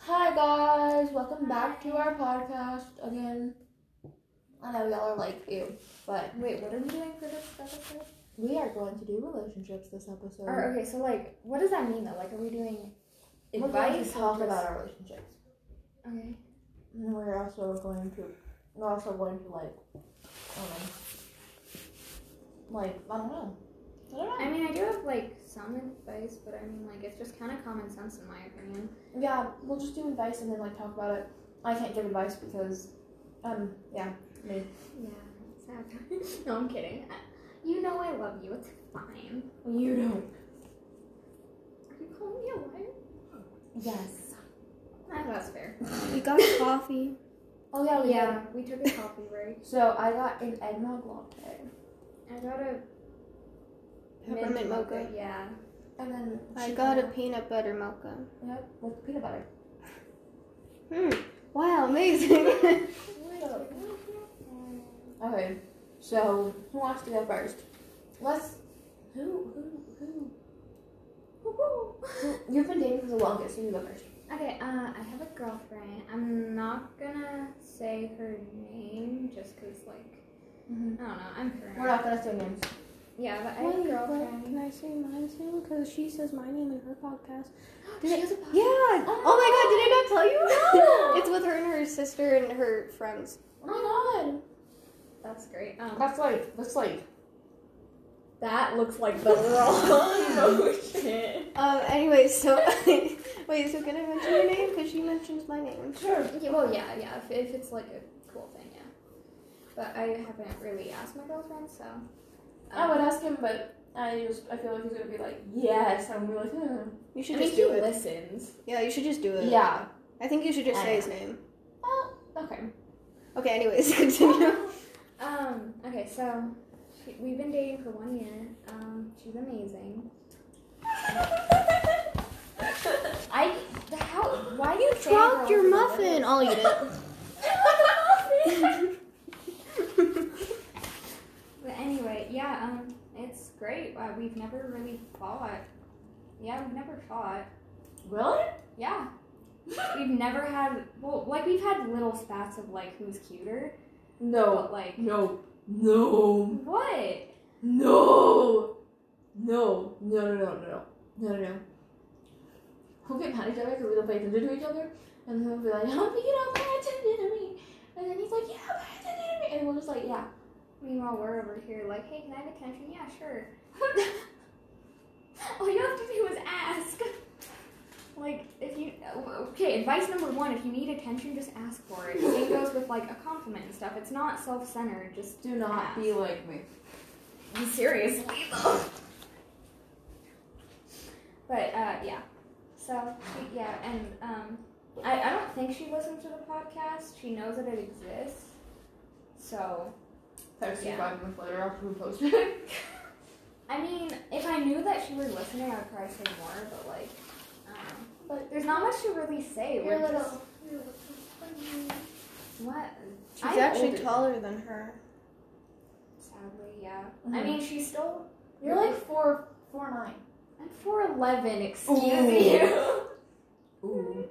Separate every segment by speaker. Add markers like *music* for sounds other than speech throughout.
Speaker 1: Hi guys, welcome back to our podcast again. I know y'all are like ew, but
Speaker 2: Wait, what are we doing for this episode?
Speaker 1: we are going to do relationships this episode.
Speaker 2: Or okay, so like, what does that mean though? Like, are we doing
Speaker 1: We're going
Speaker 2: advice?
Speaker 1: to talk
Speaker 2: or
Speaker 1: about
Speaker 2: just-
Speaker 1: our relationships,
Speaker 2: Okay.
Speaker 1: and we're also going to we're also going to like um like I don't know. I don't know.
Speaker 2: I mean, I do have like some advice, but I mean, like, it's just kind of common sense in my opinion.
Speaker 1: yeah, we'll just do advice and then like talk about it. I can't give advice because um yeah me.
Speaker 2: Yeah. Sad. *laughs* no, I'm kidding. I, you know I love you. It's fine.
Speaker 1: You don't.
Speaker 2: Are you calling me a liar?
Speaker 1: Yes.
Speaker 2: Ah, that's *laughs* fair.
Speaker 3: We got coffee.
Speaker 1: Oh yeah. We yeah.
Speaker 2: yeah, we took a coffee break.
Speaker 1: So I got an eggnog latte.
Speaker 2: I got a
Speaker 3: Peppermint
Speaker 2: mint
Speaker 3: mocha.
Speaker 2: Yeah.
Speaker 1: And then
Speaker 3: I
Speaker 1: she
Speaker 3: got a
Speaker 1: had-
Speaker 3: peanut butter mocha.
Speaker 1: Yep, with peanut butter.
Speaker 3: Hmm. Wow, amazing.
Speaker 1: Okay, so who wants to go first? Let's. Who? Who? Who? who- *laughs* You've been dating for the longest, so you go first.
Speaker 2: Okay, uh, I have a girlfriend. I'm not gonna say her name just 'cause like, I
Speaker 3: Mm-hmm.
Speaker 2: don't know, I'm
Speaker 1: We're
Speaker 2: her.
Speaker 1: not gonna say names.
Speaker 2: Yeah, but I have a
Speaker 3: Wait, *laughs*
Speaker 2: *gasps*
Speaker 3: but
Speaker 2: girlfriend.
Speaker 3: can I say mine soon? Because she says my name in her podcast.
Speaker 2: She has a podcast.
Speaker 3: Yeah. Oh, my god, did I not tell you? *laughs* it's with her and her sister and her friends.
Speaker 1: Oh my god!
Speaker 2: That's great. Um,
Speaker 1: That's like that's like.
Speaker 2: that looks like
Speaker 3: *laughs*
Speaker 2: the
Speaker 3: Oh,
Speaker 1: *laughs*
Speaker 2: wrong motion.
Speaker 3: Um. Anyway, so *laughs* wait. So can I mention her name? Because she mentions my name.
Speaker 1: Sure.
Speaker 2: Yeah, well, yeah, yeah. If, if it's like a cool thing, yeah. But I haven't really asked my girlfriend, so. um,
Speaker 1: I would ask him, but I just I feel like he's gonna be like yes, and we're like hmm.
Speaker 3: You
Speaker 2: I
Speaker 3: should
Speaker 2: mean,
Speaker 3: just
Speaker 2: he
Speaker 3: do it.
Speaker 2: listens.
Speaker 3: Yeah, you should just do it.
Speaker 1: yeah.
Speaker 3: I think you should just
Speaker 1: I
Speaker 3: say
Speaker 1: know.
Speaker 3: his name.
Speaker 1: Well, okay.
Speaker 3: Okay. Anyways, *laughs* continue.
Speaker 2: Um, okay, so she, we've been dating for one year. Um, she's amazing. I how why you
Speaker 3: Dropped your muffin. I'll eat it.
Speaker 2: But anyway, yeah, um, it's great. Uh, we've never really fought. Yeah, we've never fought.
Speaker 1: Really?
Speaker 2: Yeah, we've never had. Well, like we've had little spats of like who's cuter,
Speaker 1: No.
Speaker 2: but like
Speaker 1: No. No.
Speaker 2: what?
Speaker 1: No! No, no, no, no, no, no, no, no. We'll get mad at each other because we don't pay attention to each other. And then we'll be like, oh, but you don't pay attention to me. And then he's like, you don't pay attention to me. And we'll just like, yeah.
Speaker 2: Meanwhile, we're over here like, hey, can I have attention? Yeah, sure. *laughs* All you have to do is ask. Like, if you, okay, advice number one if you need attention, just ask for it. Same goes with like a compliment and stuff. It's not self centered, just
Speaker 1: Do not be like me.
Speaker 2: seriously though. But, uh, yeah. So, she, yeah, and, um, I, I don't think she listens to the podcast. She knows that it exists. So,
Speaker 1: Text you
Speaker 2: Yeah.
Speaker 1: five minutes later after we posted it.
Speaker 2: I mean, if I knew that she was listening, I would probably say more, but like, I don't know. But there's not much to really say. We're just, what?
Speaker 3: She's
Speaker 2: I'm
Speaker 3: actually
Speaker 2: older,
Speaker 3: taller than her.
Speaker 2: Sadly, yeah. I
Speaker 1: Mhm.
Speaker 2: mean, she's still.
Speaker 1: You're like four, four nine.
Speaker 2: I'm 4'11, excuse
Speaker 1: Ooh.
Speaker 2: *laughs* you.
Speaker 1: Ooh.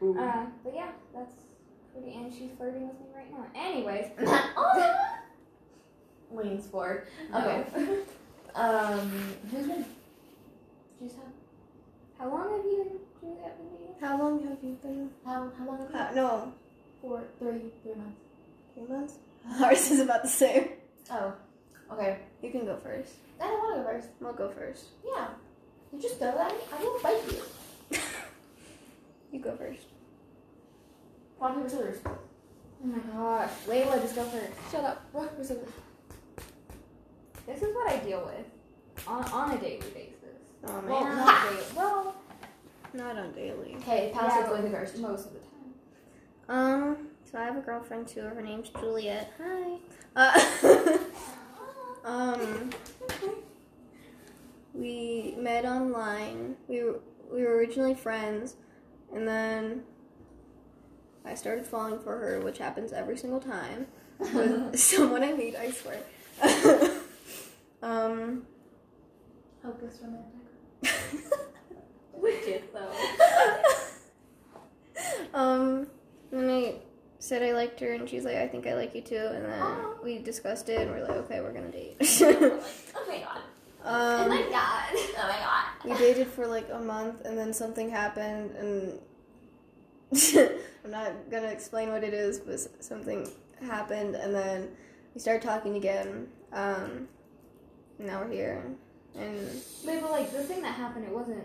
Speaker 1: Ooh.
Speaker 2: Uh, but yeah, that's pretty. And she's flirting with me right now. Anyways.
Speaker 1: *laughs* Leans forward.
Speaker 2: Okay.
Speaker 1: Okay. um, who's been? She's had,
Speaker 2: How long have you been doing that with me?
Speaker 3: How long have you been?
Speaker 1: how, how long?
Speaker 3: Uh, no,
Speaker 1: Four, three, three months.
Speaker 3: three months. *laughs* Ours is about the same.
Speaker 1: Oh, okay.
Speaker 3: You can go first.
Speaker 1: I don't want to go first.
Speaker 3: We'll go first. *laughs*
Speaker 1: Yeah. You just throw that. I will bite you.
Speaker 3: you go first.
Speaker 1: Rock, paper, scissors.
Speaker 2: Oh my gosh. Layla, just go first.
Speaker 1: Shut up. Rock, paper, scissors.
Speaker 2: This is what I deal with on, on a daily basis.
Speaker 3: Oh man,
Speaker 2: Well,
Speaker 1: Yeah.
Speaker 2: not daily. Well,
Speaker 3: not on daily.
Speaker 1: Okay, pass
Speaker 2: Yeah.
Speaker 1: it going to first.
Speaker 2: most of the time.
Speaker 3: Um, so I have a girlfriend too. Her name's Juliet. Hi. Uh, *laughs* um,
Speaker 1: Uh,
Speaker 3: we met online. We were, we were originally friends, and then I started falling for her, which happens every single time. with *laughs* someone I meet, I swear. *laughs* um, *laughs*
Speaker 1: *laughs* Hopeless romantic.
Speaker 2: Wicked though.
Speaker 3: *laughs* said Um, I liked her, and she's like, I think I like you too. And then
Speaker 2: Aw.
Speaker 3: we discussed it, and we're like, okay, we're gonna date.
Speaker 1: *laughs* Oh my god.
Speaker 3: *laughs* um,
Speaker 2: god.
Speaker 1: Oh my god. *laughs*
Speaker 3: we dated for like a month, and then something happened, and *laughs* I'm not gonna explain what it is, but s- something happened, and then we started talking again. Um, and now we're here, and
Speaker 2: Wait, but like the thing that happened, it wasn't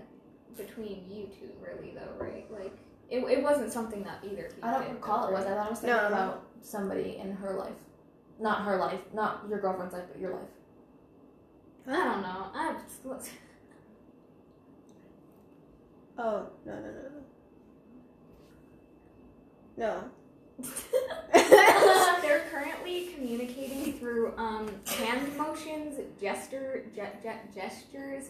Speaker 2: between you two really though, right? Like it, it wasn't something that either. Of you
Speaker 1: I
Speaker 2: did,
Speaker 1: don't recall it was.
Speaker 2: right?
Speaker 1: I thought it was thinking
Speaker 3: No.
Speaker 1: about somebody in her life. Not her life, not your girlfriend's life, but your life.
Speaker 2: I don't know. I
Speaker 1: *laughs*
Speaker 2: just, look,
Speaker 3: Oh no no no no. No.
Speaker 2: *laughs*
Speaker 3: *laughs*
Speaker 2: they're currently communicating through um, hand motions, gesture, ge- ge- gestures,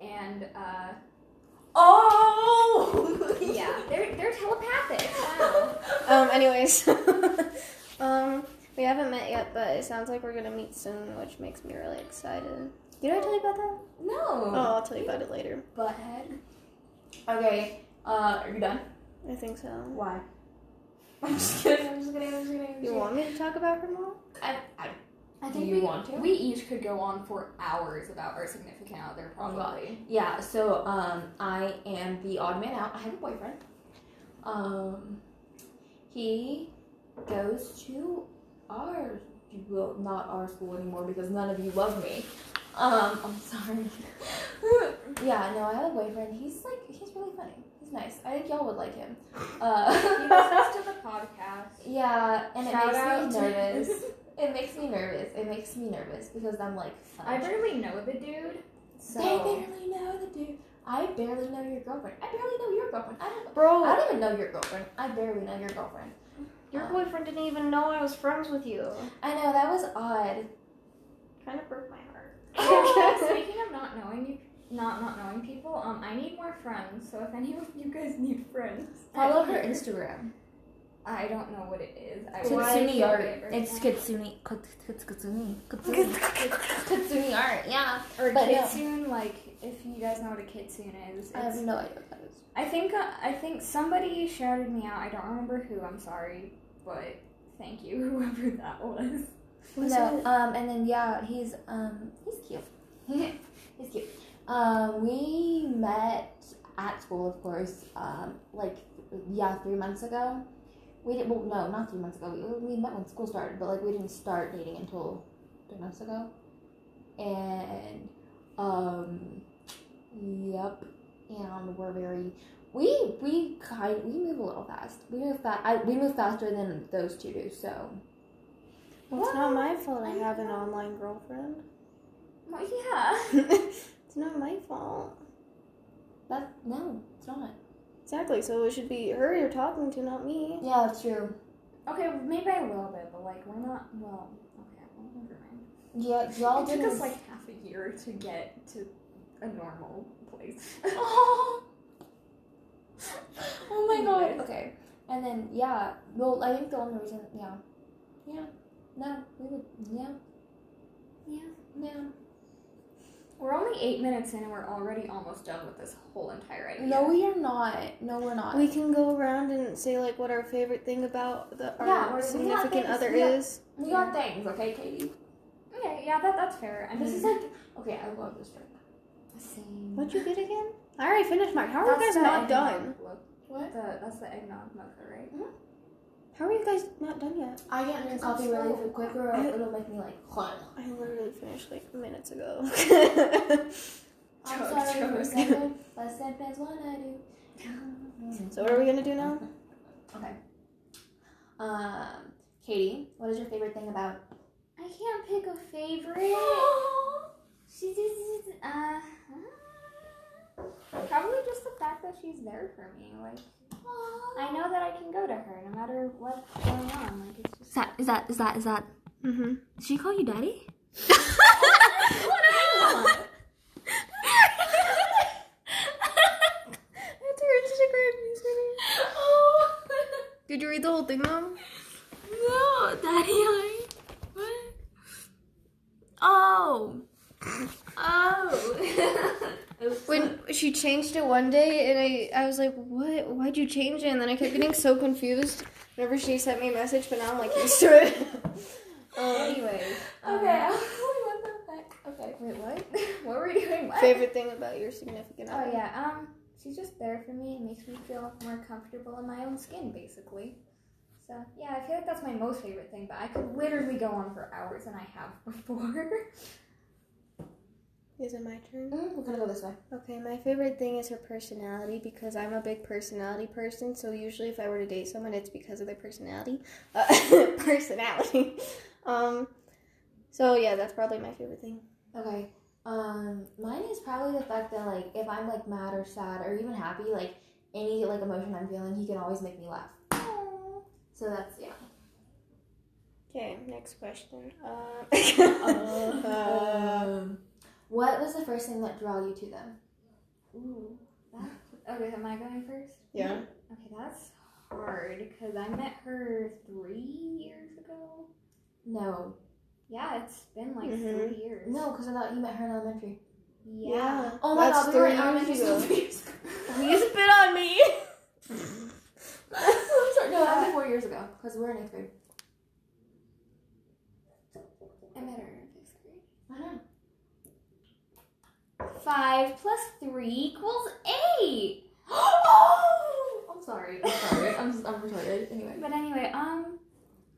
Speaker 2: and uh,
Speaker 1: *laughs* Oh!
Speaker 2: yeah, they're
Speaker 1: *laughs*
Speaker 2: they're telepathic. Wow.
Speaker 3: um. Anyways, *laughs* um, we haven't met yet, but it sounds like we're gonna meet soon, which makes me really excited. Did I tell you about that?
Speaker 1: No.
Speaker 3: Oh, I'll tell you about it later.
Speaker 2: Butthead.
Speaker 1: Okay. Uh, are you done?
Speaker 3: I think so.
Speaker 1: Why? *laughs* I'm just kidding. I'm just kidding. I'm just kidding. I'm
Speaker 3: You
Speaker 1: just
Speaker 3: want me to talk about her more?
Speaker 1: kidding. I, I,
Speaker 2: I
Speaker 1: do
Speaker 2: think
Speaker 1: you
Speaker 2: we,
Speaker 1: want to?
Speaker 2: we each could go on for hours about our significant other,
Speaker 1: Oh, God.
Speaker 2: probably.
Speaker 1: Yeah, so um, I am the odd man out. I have a boyfriend. Um, he goes to our well, not our school anymore because none of you love me. Um, I'm sorry. *laughs* yeah, no, I have a boyfriend. He's like, he's really funny. He's nice. I think y'all would like him. *laughs*
Speaker 2: He
Speaker 1: Uh,
Speaker 2: listens to the podcast.
Speaker 1: yeah, and it
Speaker 2: Shout
Speaker 1: makes
Speaker 2: out.
Speaker 1: me nervous. It makes me nervous. It makes me nervous because I'm like,
Speaker 2: I
Speaker 1: funny.
Speaker 2: barely know the dude, so
Speaker 1: They barely know the dude. I barely know your girlfriend. I barely know your girlfriend. I don't.
Speaker 3: Bro,
Speaker 1: I don't even know your girlfriend. I barely know your girlfriend.
Speaker 3: your boyfriend didn't even know I was friends with you.
Speaker 1: I know that was *laughs* odd.
Speaker 3: Kind of broke my heart.
Speaker 2: *laughs* Speaking of not knowing you, not not knowing people, um, I need more friends. So if any of you guys need friends,
Speaker 1: Follow
Speaker 2: I'm
Speaker 1: her
Speaker 2: here.
Speaker 1: Instagram.
Speaker 2: I don't know what it is. I
Speaker 1: Kitsune
Speaker 2: Why
Speaker 1: art.
Speaker 2: is it right
Speaker 1: It's
Speaker 2: now?
Speaker 1: Kitsune. Kits- Kits- Kitsune. Kitsune. *laughs* Kitsune art. Yeah.
Speaker 2: Or
Speaker 1: but no.
Speaker 2: kitsune, like if you guys know what a kitsune is.
Speaker 1: I have
Speaker 2: It's,
Speaker 1: no idea what that is.
Speaker 2: I think uh, I think somebody shouted me out. I don't remember who. I'm sorry, but thank you, *laughs* whoever that was.
Speaker 3: Was
Speaker 1: no.
Speaker 3: it-
Speaker 1: Um. And then yeah, he's um. He's cute. *laughs* he's cute. Um. We met at school, of course. Um. Like yeah, three months ago. We didn't. Well, no, not three months ago. We, we met when school started, but like we didn't start dating until three months ago. And um. Yep. And we're very. We we kind we move a little fast. We move fast. I, we move faster than those two do. So.
Speaker 3: Well, it's not my fault I have an online girlfriend. *laughs*
Speaker 2: Well, yeah.
Speaker 3: it's not my fault.
Speaker 1: That no, it's not.
Speaker 3: Exactly, so it should be her you're talking to, not me.
Speaker 1: Yeah, that's true.
Speaker 2: Okay, maybe I will bit, but like we're not. Well, okay, well, never mind.
Speaker 1: Yeah, y'all
Speaker 2: it took
Speaker 1: didn't-
Speaker 2: us like half a year to get to a normal place.
Speaker 1: *laughs* oh my god. Okay, and then yeah. Well, I think the only reason, yeah, yeah, no, we would, yeah,
Speaker 2: yeah.
Speaker 1: no,
Speaker 2: We're only eight minutes in, and we're already almost done with this whole entire idea.
Speaker 1: no, we are not. No, we're not.
Speaker 3: We can go around and say like what our favorite thing about the our
Speaker 1: Yeah, or-
Speaker 3: significant
Speaker 1: yeah,
Speaker 3: other
Speaker 1: things, yeah.
Speaker 3: is.
Speaker 1: we got things, okay, Katie.
Speaker 2: Okay, yeah, that that's fair. I mean,
Speaker 1: This is like okay. I love this drink. Same.
Speaker 3: What'd you get again? I already finished mine. How are
Speaker 2: that's
Speaker 3: you guys
Speaker 2: the
Speaker 3: not
Speaker 2: eggnog
Speaker 3: done?
Speaker 2: look-
Speaker 1: What?
Speaker 2: The, that's the eggnog mocha, right?
Speaker 3: How are you guys not done yet?
Speaker 1: I can't drink coffee really quick, or
Speaker 3: I-
Speaker 1: it'll make me like.
Speaker 3: I literally finished like minutes ago. *laughs*
Speaker 1: I'm
Speaker 2: Chug,
Speaker 1: sorry.
Speaker 2: chug.
Speaker 1: for second, but sometimes what I *laughs* do.
Speaker 3: so what are we gonna do now?
Speaker 1: Okay. Um, Katie, what is your favorite thing about?
Speaker 2: I can't pick a
Speaker 3: *gasps*
Speaker 2: favorite. She just uh probably just the fact that she's there for me. Like I know that I can go to her no matter what's going on. Like it's just.
Speaker 1: that is that is that is that?
Speaker 3: Mm-hmm.
Speaker 1: Did she call you daddy?
Speaker 3: That's her Instagram username.
Speaker 1: Oh
Speaker 3: Did you read the whole thing though?
Speaker 1: no, daddy! I, what? Oh, oh. It was
Speaker 3: When she changed it one day, and I, I was like, what? Why'd you change it? And then I kept getting so confused whenever she sent me a message, but now I'm like used to it. *laughs* um,
Speaker 2: Anyways. um,
Speaker 1: okay. what the heck? Okay.
Speaker 2: Wait, what? *laughs* what were you doing? What?
Speaker 3: favorite thing about your significant other?
Speaker 2: Oh yeah. Um, she's just there for me and makes me feel more comfortable in my own skin, basically. So yeah, I feel like that's my most favorite thing. But I could literally go on for hours, and I have *laughs* before.
Speaker 3: Is it my turn?
Speaker 1: Mm, we're gonna go this way.
Speaker 3: Okay, my favorite thing is her personality because I'm a big personality person. So usually, if I were to date someone, it's because of their personality. Uh, *laughs* personality. *laughs* Um. So yeah, that's probably my favorite thing.
Speaker 1: Okay. Um, mine is probably the fact that like if I'm like mad or sad or even happy, like any like emotion I'm feeling, he can always make me laugh. So that's yeah.
Speaker 3: Okay, next question. Um. *laughs* Uh,
Speaker 1: Um, what was the first thing that drew you to them?
Speaker 2: *laughs* Ooh. That, okay, am I going first?
Speaker 3: yeah.
Speaker 2: Okay, that's hard because I met her three years ago.
Speaker 1: No,
Speaker 2: Yeah, it's been like
Speaker 3: Mhm.
Speaker 2: three years.
Speaker 1: no, because I thought you met her in elementary.
Speaker 2: Yeah.
Speaker 1: Oh my
Speaker 3: That's
Speaker 1: god, we were in
Speaker 3: three
Speaker 1: elementary
Speaker 3: years
Speaker 1: school
Speaker 3: ago.
Speaker 1: three years ago. *laughs*
Speaker 3: You spit on me.
Speaker 1: I'm sorry, no, that was like four years ago because we were in eighth grade.
Speaker 2: I met her in fifth grade.
Speaker 1: I know.
Speaker 2: Five plus three equals eight. *gasps*
Speaker 1: I'm sorry. I'm sorry. I'm, I'm retarded. Anyway.
Speaker 2: But anyway, um,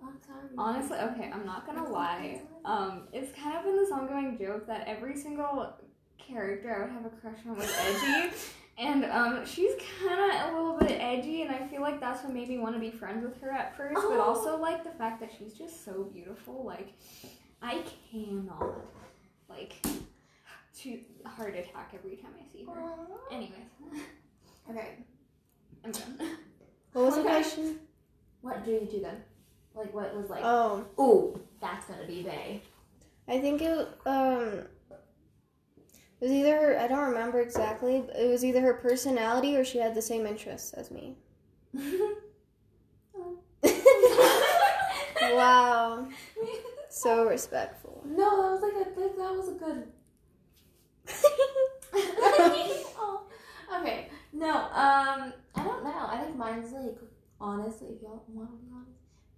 Speaker 1: I'm sorry.
Speaker 2: honestly, okay, I'm not gonna lie. Um, it's kind of been this ongoing joke that every single character I would have a crush on was
Speaker 1: *laughs*
Speaker 2: edgy. And um, she's kind of a little bit edgy, and I feel like that's what made me want to be friends with her at first. But
Speaker 1: Oh.
Speaker 2: also like the fact that she's just so beautiful. Like, I cannot like she heart attack every time I see
Speaker 1: Oh.
Speaker 2: her. Anyways,
Speaker 1: Okay.
Speaker 2: I'm done.
Speaker 3: What was the
Speaker 1: Okay.
Speaker 3: question?
Speaker 1: What drew you to them? Like what was *laughs* like?
Speaker 3: Oh.
Speaker 1: Ooh, that's gonna be they.
Speaker 3: I think it um it was either her, I don't remember exactly. But it was either her personality or she had the same interests as me. wow, so respectful.
Speaker 1: No, that was like a that, that was a good. oh, okay. No, um, I don't know. I think mine's like honestly, if y'all want to be honest,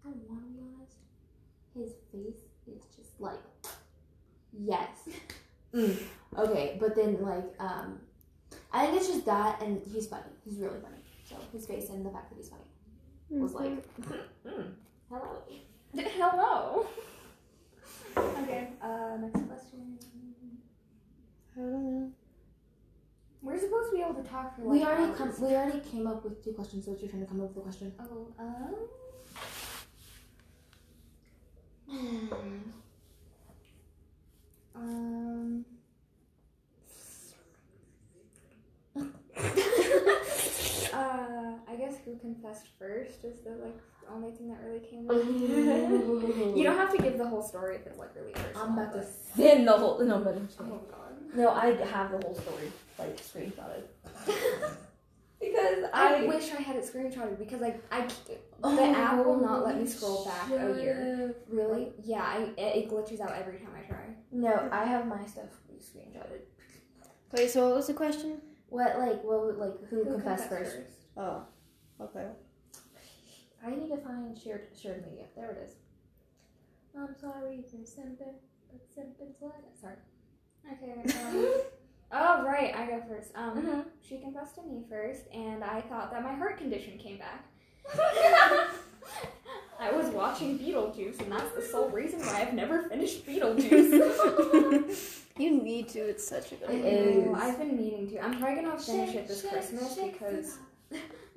Speaker 1: I want to be honest. His face is just like yes. Mm, Okay, but then like um, I think it's just that, and he's funny. He's really funny. So his face and the fact that he's funny was
Speaker 3: Mm-hmm.
Speaker 1: like, mm, hello.
Speaker 2: *laughs* Hello. Okay. Uh, next question.
Speaker 3: I don't know.
Speaker 2: We're supposed to be able to talk for like.
Speaker 1: We already
Speaker 2: hours.
Speaker 1: come. We already came up with two questions, so it's your turn to come up with a question.
Speaker 2: Oh, um.
Speaker 1: Hmm. *laughs*
Speaker 2: Um. uh, I guess who confessed first is the like only thing that really came. up. you don't have to give the whole story if it's like really personal.
Speaker 1: I'm about to
Speaker 2: but-
Speaker 1: sin the whole. No, but I'm just
Speaker 2: Oh
Speaker 1: kidding.
Speaker 2: god.
Speaker 1: no, I have the whole story like screenshotted because
Speaker 2: I, wish I had it screenshotted because I, I the
Speaker 1: Oh,
Speaker 2: app will not let me scroll back a year.
Speaker 1: Really?
Speaker 2: Yeah, I, it, it glitches out every time I try.
Speaker 1: No, I have my stuff screenshotted.
Speaker 3: Wait, so what was the question?
Speaker 1: What like what would- like who,
Speaker 2: Who
Speaker 1: confessed,
Speaker 2: confessed
Speaker 1: first?
Speaker 3: Oh, okay.
Speaker 1: I need to find shared shared media. There it is. I'm sorry for simping, but simping's what? Sorry.
Speaker 2: Okay. Um, *laughs* oh right, I go first. Um,
Speaker 1: Mm-hmm.
Speaker 2: she confessed to me first, and I thought that my heart condition came
Speaker 3: *laughs*
Speaker 2: back. I was watching Beetlejuice, and that's the sole reason why I've never
Speaker 3: *laughs*
Speaker 2: finished Beetlejuice.
Speaker 3: you need to. It's such a
Speaker 2: *laughs*
Speaker 3: good.
Speaker 2: I
Speaker 1: It
Speaker 3: one.
Speaker 1: is.
Speaker 2: know, I've been meaning to. I'm probably gonna finish it this Christmas because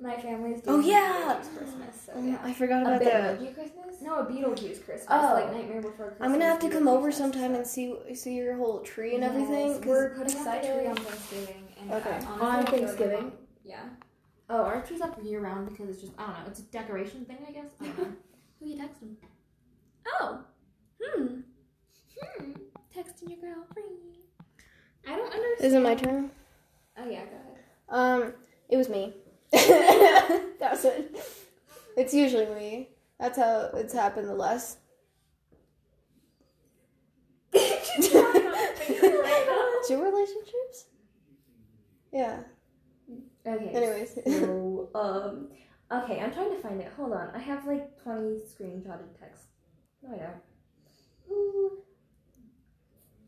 Speaker 2: my family is
Speaker 3: Oh,
Speaker 2: doing
Speaker 3: yeah.
Speaker 2: Beetlejuice Christmas. So
Speaker 3: Oh,
Speaker 2: yeah.
Speaker 3: I forgot
Speaker 1: a
Speaker 3: about
Speaker 1: bit
Speaker 3: that.
Speaker 1: emoji Christmas.
Speaker 2: No, a Beetlejuice Christmas,
Speaker 1: Oh.
Speaker 2: like Nightmare Before Christmas.
Speaker 3: I'm gonna have to come over
Speaker 2: Beetlejuice,
Speaker 3: sometime and
Speaker 2: so-
Speaker 3: see see your whole tree and
Speaker 2: Yes,
Speaker 3: everything. 'cause-
Speaker 2: We're putting up the
Speaker 1: excited.
Speaker 2: tree on Thanksgiving. And
Speaker 3: Okay.
Speaker 2: I
Speaker 3: On
Speaker 2: honestly don't really
Speaker 1: Thanksgiving?
Speaker 2: want- Yeah.
Speaker 1: Oh, our tree's up year round because it's just I don't know. It's a decoration thing, I guess. I
Speaker 2: *laughs*
Speaker 1: don't know. Who you texting?
Speaker 2: Oh. Hmm. Hmm. Texting your girl. I don't understand.
Speaker 3: Is it my turn?
Speaker 2: Oh yeah, go ahead.
Speaker 3: Um, it was me. *laughs* that was it. It's usually me. That's how it's happened the *laughs* last.
Speaker 2: *laughs* She's not gonna think right now.
Speaker 3: Two relationships? Yeah.
Speaker 1: Okay.
Speaker 3: Anyways.
Speaker 1: So, um, okay, I'm trying to find it. Hold on. I have like 20 screenshotted text. No, I don't. Ooh.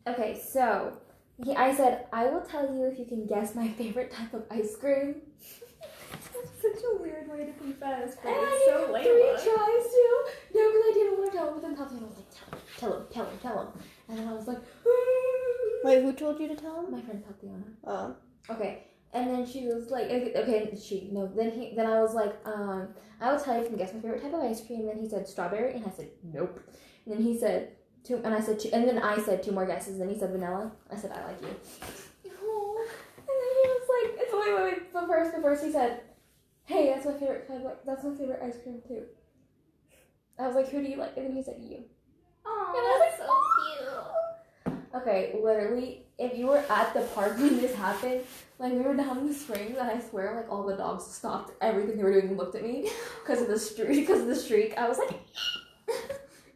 Speaker 1: Okay, so he, I said, I will tell you if you can guess my favorite type of ice cream.
Speaker 2: Such a weird way to confess, but
Speaker 1: And I
Speaker 2: it's so
Speaker 1: gave him three
Speaker 2: late.
Speaker 1: tries to. No, because I didn't want to tell him. But then Tatiana was like, tell him, tell him, tell him, tell him. And then I was like, *laughs*
Speaker 3: Wait, who told you to tell him?
Speaker 1: my friend Tatiana.
Speaker 3: Oh.
Speaker 1: Okay. And then she was like, okay, okay, she no. Then he, then I was like, um, I will tell you if you can guess my favorite type of ice cream. And then he said strawberry, and I said nope. And then he said two, and I said two, and then I said two more guesses. And then he said vanilla. I said I like you. Aw. And then he was like, it's wait, wait, wait. But first, but first he said, hey, that's my favorite type. Of, that's my favorite ice cream too. I was like, who do you like? And then he said you.
Speaker 2: Aw,
Speaker 1: That's so cute. Okay, literally, if you were at the park when this happened, like we were down in the springs, and I swear, like all the dogs stopped everything they were doing and looked at me because of the streak. Because of the streak, I was like, *laughs*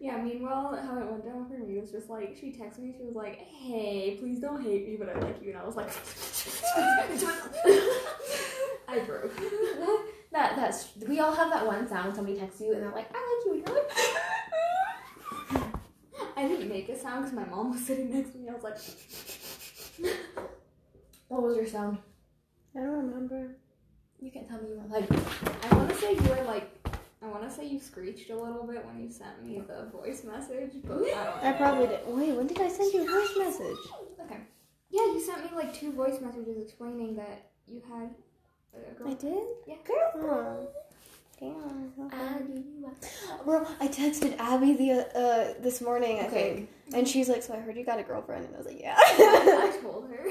Speaker 2: Yeah, meanwhile, how it went down for me was just like, she texted me, she was like, hey, please don't hate me, but I like you. And I was like, *laughs* I broke.
Speaker 1: that, that that's we all have that one sound. Somebody texts you, and they're like, I like you. And you're like, *laughs*
Speaker 2: I didn't make a sound because my mom was sitting next to me. I was like,
Speaker 1: what was your sound?
Speaker 3: I don't remember.
Speaker 1: You can't tell me you were like,
Speaker 2: I want to say you were like, I want to say you screeched a little bit when you sent me the voice message, but I don't know.
Speaker 3: I probably did. Wait, when did I send you a voice message?
Speaker 2: Okay. Yeah, you sent me like two voice messages explaining that you had a girl.
Speaker 3: I did?
Speaker 2: Yeah.
Speaker 3: Oh. Damn.
Speaker 1: I do you like.
Speaker 3: Bro, I texted Abby the uh, this morning, I
Speaker 1: Okay.
Speaker 3: think, and she's like, "So I heard you got a girlfriend," and I was like, "Yeah,
Speaker 2: *laughs*
Speaker 3: *laughs*
Speaker 2: I told her.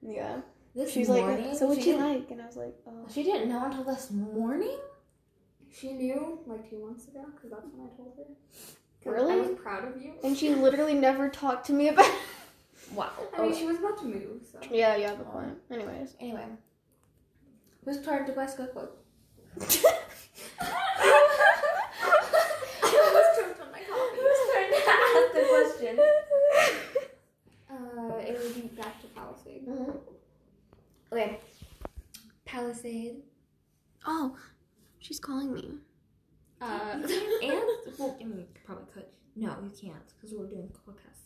Speaker 3: yeah."
Speaker 1: This
Speaker 3: She's
Speaker 1: morning,
Speaker 3: like, "So what'd she,
Speaker 1: didn't-
Speaker 3: like?" And I was like, "Oh,
Speaker 1: She didn't know until this morning.
Speaker 2: She knew like two months ago because that's when I told her. 'Cause I
Speaker 3: Really?
Speaker 2: was proud of you.
Speaker 3: And she literally never talked to me about. *laughs*
Speaker 1: Wow.
Speaker 2: I mean, she was about to move, *laughs* so.
Speaker 3: yeah, yeah, the point. Anyways,
Speaker 1: Anyway, whose turn to West Cookbook?
Speaker 2: *laughs*
Speaker 1: Whose turn to ask the question?
Speaker 3: *laughs*
Speaker 2: Uh, it would be back to Palisade.
Speaker 1: Okay. Palisade.
Speaker 3: oh, she's calling me.
Speaker 1: *laughs*
Speaker 2: Uh, *laughs*
Speaker 1: And well, I mean, you probably could. No, you can't because we're doing podcasts.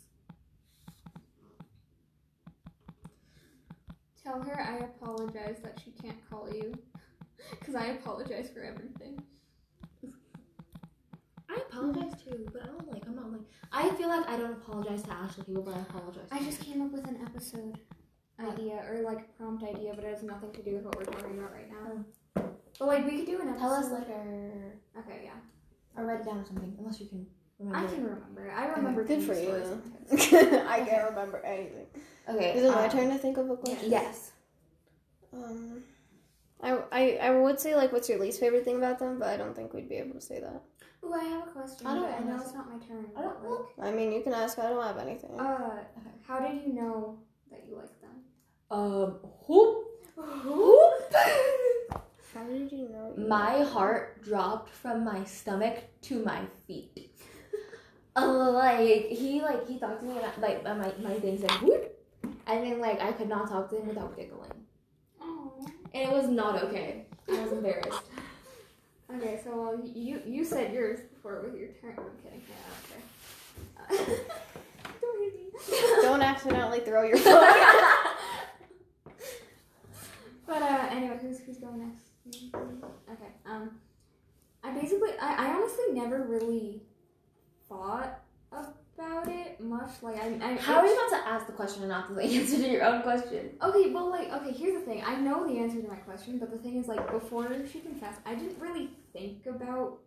Speaker 2: tell her I apologize that she can't call you. *laughs* Because I apologize for everything.
Speaker 1: I apologize too, but I don't like. I'm not like. I feel like I don't apologize to actual people, but I apologize.
Speaker 2: I
Speaker 1: to
Speaker 2: just came up with an episode idea or like a prompt idea, but it has nothing to do with what we're talking about right now. Oh. But like we could do an
Speaker 1: them.
Speaker 2: episode.
Speaker 1: tell us later
Speaker 2: Okay, yeah.
Speaker 1: or write it down or something, unless you can
Speaker 2: I
Speaker 1: remember.
Speaker 2: can remember. I remember.
Speaker 3: Good
Speaker 2: things
Speaker 3: for
Speaker 2: stories
Speaker 3: you.
Speaker 2: and *laughs* things.
Speaker 3: *laughs* I can't remember anything.
Speaker 1: Okay.
Speaker 3: Is it my
Speaker 1: um,
Speaker 3: turn to think of a question?
Speaker 1: Yes.
Speaker 3: Um, I, I I would say like, what's your least favorite thing about them? But I don't think we'd be able to say that.
Speaker 2: Ooh, I have a question.
Speaker 1: I don't
Speaker 2: but I know
Speaker 1: know.
Speaker 2: it's not my turn.
Speaker 1: I don't
Speaker 2: but, like,
Speaker 3: I mean, you can ask. I don't have anything.
Speaker 2: Uh, how did you know that you like them?
Speaker 1: Um. Whoop. Whoop. *laughs*
Speaker 3: How did you know? you-
Speaker 1: My heart dropped from my stomach to my feet. *laughs* Uh, like he like he talked to me and I, like my my- my things like whoop, and then like I could not talk to him without giggling,
Speaker 2: Oh.
Speaker 1: and it was not okay. I was
Speaker 2: *laughs*
Speaker 1: embarrassed.
Speaker 2: Okay, so well, y- you you said yours before with your turn. I'm kidding. Yeah, okay. Uh, *laughs* don't hit me.
Speaker 3: Don't accidentally throw *laughs* your phone.
Speaker 2: But uh, anyway, who's who's going next? Okay. Um, I basically, I, I honestly never really thought about it much. Like, I, I
Speaker 1: How are you about to ask the question and not to the answer to your own question?
Speaker 2: Okay, well, like, okay, here's the thing. I know the answer to my question, but the thing is, like, before she confessed, I didn't really think about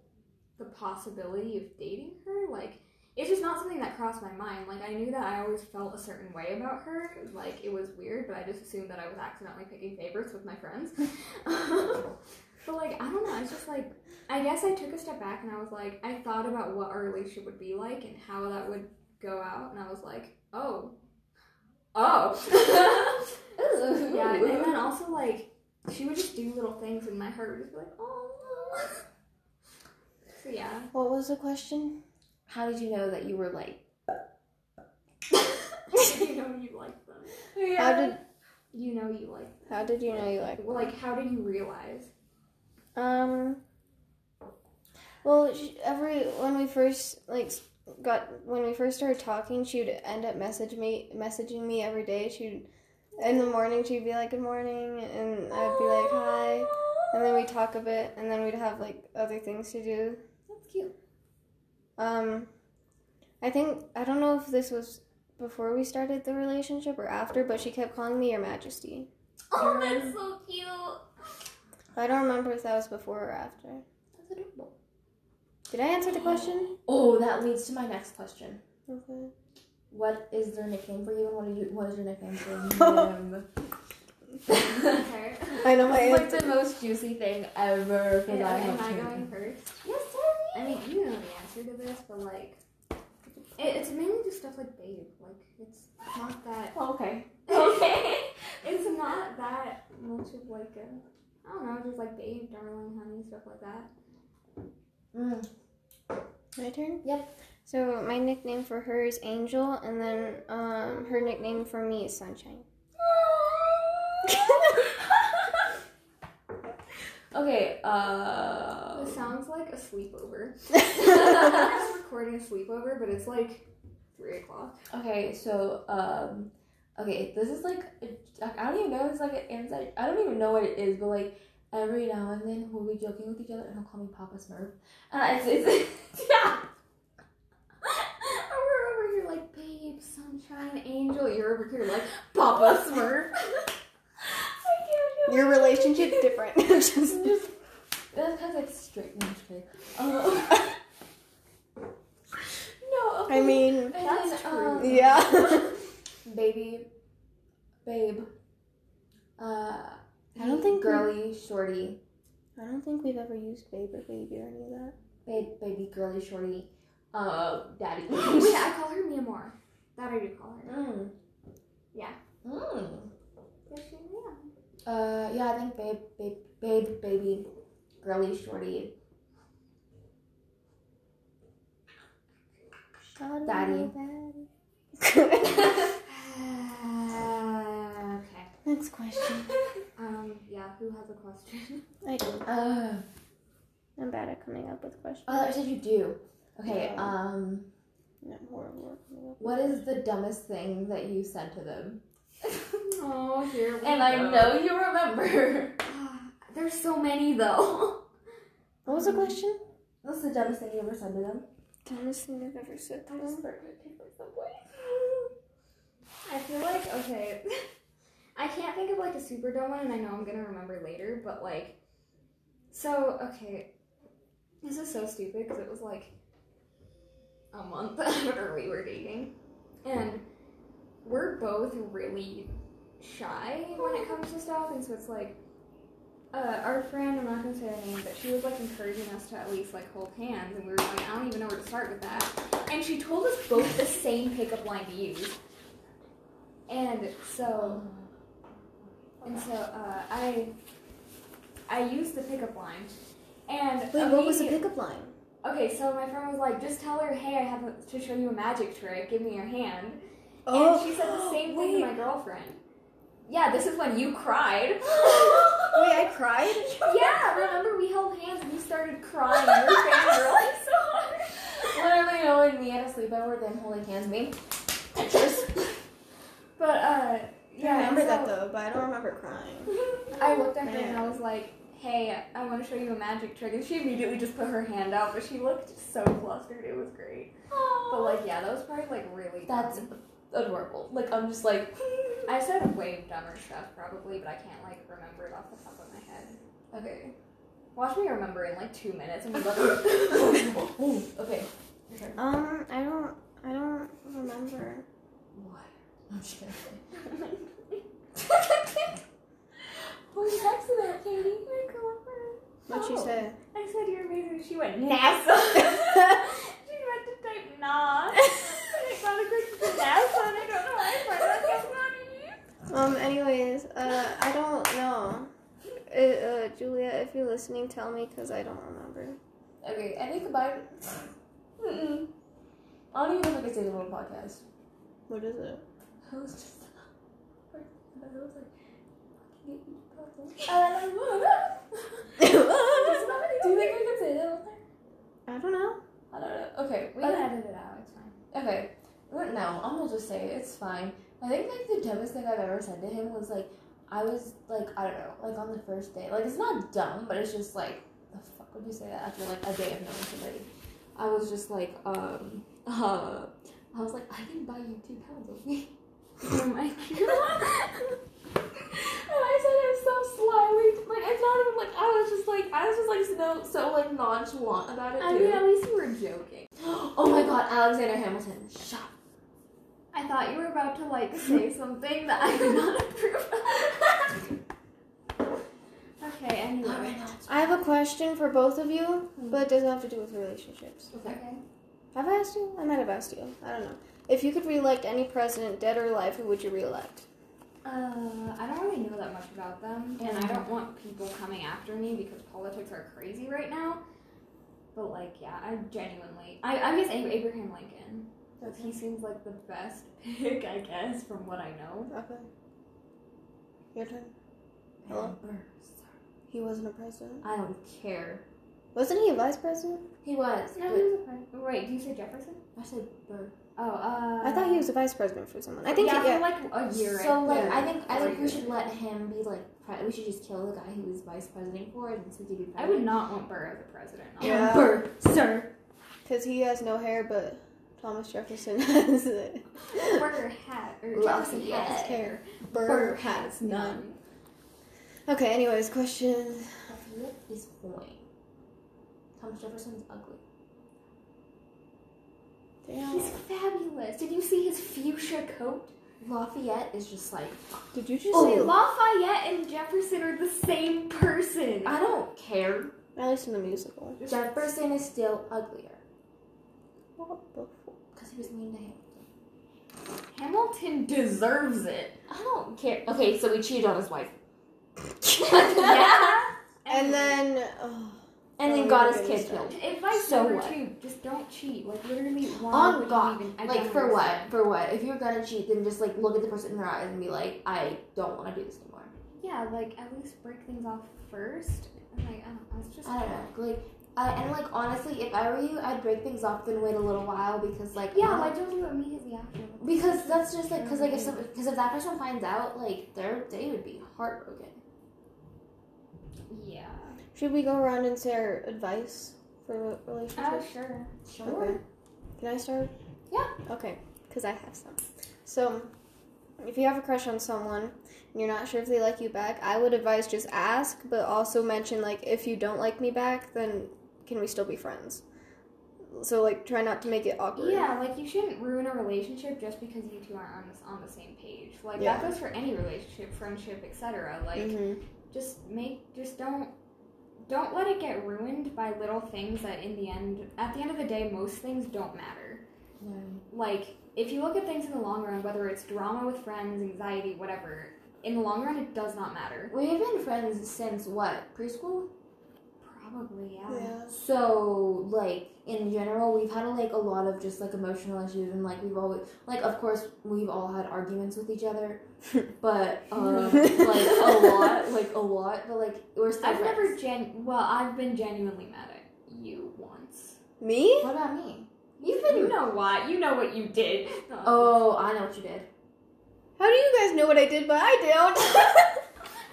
Speaker 2: the possibility of dating her. Like, it's just not something that crossed my mind. Like, I knew that I always felt a certain way about her. Like, it was weird, but I just assumed that I was accidentally picking favorites with my friends. *laughs* but, like, I don't know. It's just like, I guess I took a step back and I was like, I thought about what our relationship would be like and how that would go out, and I was like, oh. Oh. *laughs* *laughs* Yeah, and then also like she would just do little things, and my heart would just be like, oh. *laughs* so yeah. *laughs*
Speaker 3: what was the question?
Speaker 1: *laughs* How did you know that you were like?
Speaker 2: you know you like them.
Speaker 3: How did
Speaker 2: you know you like?
Speaker 3: How did you know you liked?
Speaker 2: Well, like how did you realize?
Speaker 3: Um. Well, she, every when we first like s- got when we first started talking, she would end up message me messaging me every day. She'd in the morning she'd be like good morning, and I'd be like hi, and then we would talk a bit, and then we'd have like other things to do.
Speaker 2: That's cute.
Speaker 3: Um, I think I don't know if this was before we started the relationship or after, but she kept calling me Your Majesty.
Speaker 2: *laughs* Oh, that's so cute. *laughs*
Speaker 3: I don't remember if that was before or after.
Speaker 2: That's adorable.
Speaker 3: Did I answer
Speaker 1: *laughs*
Speaker 3: the question?
Speaker 1: Oh, that leads to my next question.
Speaker 3: Okay.
Speaker 1: What is their nickname for you, and what, are you, what is your nickname *laughs* for them?
Speaker 2: *laughs* Okay.
Speaker 3: I know my
Speaker 1: It's like
Speaker 3: answer.
Speaker 1: *laughs* the most juicy thing ever. for
Speaker 2: Am
Speaker 1: that
Speaker 2: am I
Speaker 1: question.
Speaker 2: going first?
Speaker 1: Yes, sir.
Speaker 2: I mean, you know the answer to this, but like, it, it's mainly just stuff like babe. Like, it's not that.
Speaker 1: Oh, *laughs* okay.
Speaker 2: it's not that much of like a. I don't know, just like babe, darling, honey, stuff like that.
Speaker 1: Mm.
Speaker 3: My turn?
Speaker 1: Yep.
Speaker 3: So my nickname for her is Angel, and then um, her nickname for me is Sunshine.
Speaker 1: okay. Uh.
Speaker 2: This sounds like a sleepover. *laughs*
Speaker 1: *laughs*
Speaker 2: We're just recording a sleepover, but it's like three o'clock.
Speaker 1: Okay. So. Um. Okay. This is like. I I don't even know. It's like an inside. I don't even know what it is, but like. Every now and then we'll be joking with each other, and he'll call me Papa Smurf, and I, it's, it's *laughs* yeah.
Speaker 2: And we're over here like babe, sunshine, angel. You're over here like
Speaker 1: Papa Smurf. *laughs* I can't do
Speaker 3: Your
Speaker 1: it.
Speaker 3: relationship's different. *laughs*
Speaker 1: *laughs*
Speaker 3: Just-
Speaker 1: I'm just that's kind of like straight. No, I'm just kidding. Uh, no. Okay.
Speaker 3: I mean,
Speaker 1: And
Speaker 2: That's true.
Speaker 1: um, *laughs*
Speaker 3: yeah.
Speaker 1: Baby, babe. Uh,
Speaker 3: I don't think we-
Speaker 1: girly, shorty,
Speaker 3: *laughs* *laughs* I don't think we've ever used babe or baby or any of that.
Speaker 1: babe, baby, girly, shorty. Uh, daddy.
Speaker 2: Wait, oh, I call her Myanmar. That I do call her.
Speaker 1: mm.
Speaker 2: Yeah.
Speaker 1: Mm.
Speaker 2: Is she Myanmar?
Speaker 1: Uh, yeah, I think babe, babe, babe, baby, girly, shorty, Daddy.
Speaker 3: Daddy.
Speaker 2: Uh, okay.
Speaker 3: *laughs* Next question.
Speaker 2: Um, yeah, who has a question?
Speaker 3: I do.
Speaker 1: uh.
Speaker 3: I'm bad at coming up with questions.
Speaker 1: Oh, that said you do. Okay,
Speaker 3: Yeah.
Speaker 1: um,
Speaker 3: I'm horrible at coming up.
Speaker 1: what is the dumbest thing that you sent to them?
Speaker 2: *laughs* Oh, here we
Speaker 1: And I know you remember.
Speaker 2: *sighs* There's so many though. *laughs*
Speaker 3: What was the question?
Speaker 1: What's the dumbest thing you ever sent to them?
Speaker 3: Dumbest thing I've ever said. to them.
Speaker 2: I feel like okay. I can't think of like a super dumb one, and I know I'm gonna remember later. But like, so okay, this is so stupid because it was like a month *laughs* after we were dating, and we're both really shy when it comes to stuff, and so it's like. Uh, our friend, I'm not gonna say her name, but she was like encouraging us to at least like hold hands, and we were like, I don't even know where to start with that. And she told us both the same pickup line to use. And so, and so uh, I, I used the pickup line, and
Speaker 3: Wait, what was the
Speaker 2: immediate-
Speaker 3: pickup line?
Speaker 2: Okay, so my friend was like, just tell her, hey, I have a, to show you a magic trick. Give me your hand.
Speaker 3: Oh,
Speaker 2: and she said
Speaker 3: *gasps*
Speaker 2: the same thing to my girlfriend. Yeah, this is when you
Speaker 3: *gasps*
Speaker 2: cried.
Speaker 3: Wait, I cried? *laughs*
Speaker 2: yeah, remember we held hands and you started crying. You were fangirling so hard.
Speaker 1: Whenever you know, and me at a sleepover, them holding hands, me.
Speaker 3: *laughs*
Speaker 1: Pictures.
Speaker 2: But uh, yeah,
Speaker 3: I remember
Speaker 2: and
Speaker 3: that
Speaker 2: so
Speaker 3: though, but I don't remember crying.
Speaker 2: I looked at her and I
Speaker 3: Man.
Speaker 2: was like, hey, I want to show you a magic trick, and she immediately just put her hand out, but she looked so flustered. It was great. But like, yeah, that was probably like really.
Speaker 1: That's
Speaker 2: dumb.
Speaker 1: adorable. Like, I'm just like, *laughs*
Speaker 2: I said way dumber stuff probably, but I can't like remember it off the top of my head.
Speaker 1: okay.
Speaker 2: Watch me remember in like two minutes and be *laughs* like,
Speaker 1: okay.
Speaker 3: Um, I don't, I don't remember.
Speaker 1: What? I'm just gonna say. Who texted that, Katie?
Speaker 3: What'd you
Speaker 2: Oh.
Speaker 3: say? *laughs*
Speaker 2: I said you're amazing. She went NASA. *laughs* she went to type nah. And it got a quick to NASA, and I don't know why I find that so funny.
Speaker 3: Um, anyways, uh, I don't know. Uh, uh, Julia, if you're listening, tell me because I don't remember.
Speaker 1: Okay, I think about Mm-mm. I don't even know if I can say the word podcast. *laughs*
Speaker 3: What is it?
Speaker 1: Who's just get you purple.
Speaker 2: Uh,
Speaker 1: And then I was,
Speaker 3: *laughs* I
Speaker 1: *laughs* do you think we could say that on there?
Speaker 3: don't know.
Speaker 1: I don't know. Okay, we
Speaker 2: We
Speaker 1: can-
Speaker 2: edited it out. It's fine.
Speaker 1: Okay. Well, No, I'm gonna just say it. it's fine. I think like the dumbest thing I've ever said to him was like, I was like, I don't know, like on the first day. Like it's not dumb, but it's just like, the fuck would you say that after like a day of knowing somebody? I was just like, um, *laughs* uh, I was like, I can buy you two pounds of *laughs* me.
Speaker 2: *laughs* Oh my god.
Speaker 1: And I said it so slyly, like it's not even like I was just like I was just like so so like nonchalant about it
Speaker 2: *laughs* I
Speaker 1: too.
Speaker 2: mean, at least you were joking.
Speaker 1: *gasps* oh my god, Alexander Hamilton, shut
Speaker 2: I thought you were about to like say something that I did not approve of. *laughs* okay,
Speaker 1: up
Speaker 2: anyway.
Speaker 1: right now.
Speaker 3: I have a question for both of you, but it doesn't have to do with relationships.
Speaker 1: Okay.
Speaker 3: Have I asked you? I might have asked you. I don't know. If you could reelect any president, dead or alive, who would you reelect?
Speaker 2: Uh, I don't really know that much about them, and I don't want people coming after me because politics are crazy right now. But like, yeah, I genuinely, I, I guess Ab- Abraham Lincoln. Because he seems like the best pick, I guess, from what I know.
Speaker 3: Okay. Your turn. Hello? He wasn't a president.
Speaker 1: I don't care.
Speaker 3: Wasn't he a vice president?
Speaker 1: He was.
Speaker 2: No, he was a friend. Wait, do you say Jefferson?
Speaker 1: but I said Burr.
Speaker 2: Oh, uh.
Speaker 3: I thought he was a vice president for someone. I think
Speaker 2: yeah,
Speaker 3: he, yeah.
Speaker 2: for like a year.
Speaker 1: So like,
Speaker 3: yeah.
Speaker 1: I think I
Speaker 2: Or
Speaker 1: think we
Speaker 2: you.
Speaker 1: should let him be like. Pre- we should just kill the guy who was vice president for it, and so he could be
Speaker 2: I
Speaker 1: president.
Speaker 2: would not want Burr as a
Speaker 1: *laughs*
Speaker 2: president.
Speaker 3: Yeah.
Speaker 1: Burr, sir.
Speaker 3: Because he has no hair, but Thomas Jefferson *laughs* has it.
Speaker 2: Burr hat or
Speaker 1: Loves
Speaker 2: Jefferson
Speaker 1: hat.
Speaker 2: has
Speaker 3: Hair.
Speaker 2: Burr
Speaker 3: Burr
Speaker 2: has
Speaker 3: has
Speaker 2: none.
Speaker 3: Okay, anyways, question.
Speaker 1: Lafayette is annoying. Thomas Jefferson's ugly.
Speaker 3: Damn.
Speaker 2: He's fabulous. Did you see his fuchsia coat?
Speaker 1: Lafayette is just like
Speaker 3: Did you just
Speaker 2: Say
Speaker 1: Oh.
Speaker 3: say
Speaker 2: Lafayette and Jefferson are the same person.
Speaker 1: I don't care.
Speaker 3: At least in the *laughs* musical.
Speaker 1: Jefferson is still uglier
Speaker 3: What the fuck?
Speaker 1: because he was mean to him.
Speaker 2: Hamilton deserves it.
Speaker 1: *laughs* I don't care. Okay, so we cheated on his wife.
Speaker 2: yeah.
Speaker 3: And then, oh,
Speaker 1: *laughs* And then
Speaker 3: Oh,
Speaker 1: got
Speaker 3: yeah,
Speaker 1: his
Speaker 3: yeah,
Speaker 1: kid
Speaker 3: yeah.
Speaker 1: killed.
Speaker 2: advice
Speaker 1: So
Speaker 2: number
Speaker 1: what?
Speaker 2: two: just don't cheat. Like literally, why
Speaker 1: On
Speaker 2: would
Speaker 1: God.
Speaker 2: you even? I
Speaker 1: Like
Speaker 2: don't
Speaker 1: for what?
Speaker 2: understand.
Speaker 1: For what? If you're gonna cheat, then just like look at the person in their eyes and be like, I don't want to do this anymore.
Speaker 2: Yeah, like at least break things off first. I'm like, I don't know. It's just.
Speaker 1: I don't know. Like, I, and like honestly, if I were you, I'd break things off then wait a little while because like
Speaker 2: Yeah, why don't you let me hit the after?
Speaker 1: because that's just like because like if some because if that person finds out, like their they would be heartbroken.
Speaker 2: Yeah.
Speaker 3: should we go around and say our advice for re- relationships?
Speaker 2: Oh, Uh, sure.
Speaker 3: Okay. Can I start?
Speaker 1: Yeah.
Speaker 3: Okay, because I have some. So, if you have a crush on someone and you're not sure if they like you back, I would advise just ask, but also mention, like, if you don't like me back, then can we still be friends? So, like, try not to make it awkward.
Speaker 2: Yeah, like you shouldn't ruin a relationship just because you two aren't on the, on the same page. Like
Speaker 3: Yeah.
Speaker 2: that goes for any relationship, friendship, etc. Like
Speaker 3: hmm
Speaker 2: just make just don't don't let it get ruined by little things that in the end at the end of the day most things don't matter. Like if you look at things in the long run, whether it's drama with friends, anxiety, whatever, in the long run it does not matter.
Speaker 1: We've been friends since what preschool.
Speaker 2: Probably yeah.
Speaker 3: Yeah.
Speaker 1: So like in general, we've had like a lot of just like emotional issues, and like we've always like of course we've all had arguments with each other, *laughs* but um, like a lot, like a lot, but like we're still
Speaker 2: I've
Speaker 1: friends.
Speaker 2: never gen well, I've been genuinely mad at you once.
Speaker 3: *laughs* Me?
Speaker 1: What about me?
Speaker 2: You've been you know why. You know what you did.
Speaker 1: Oh, I know what you did.
Speaker 3: How do you guys know what I did, but I don't?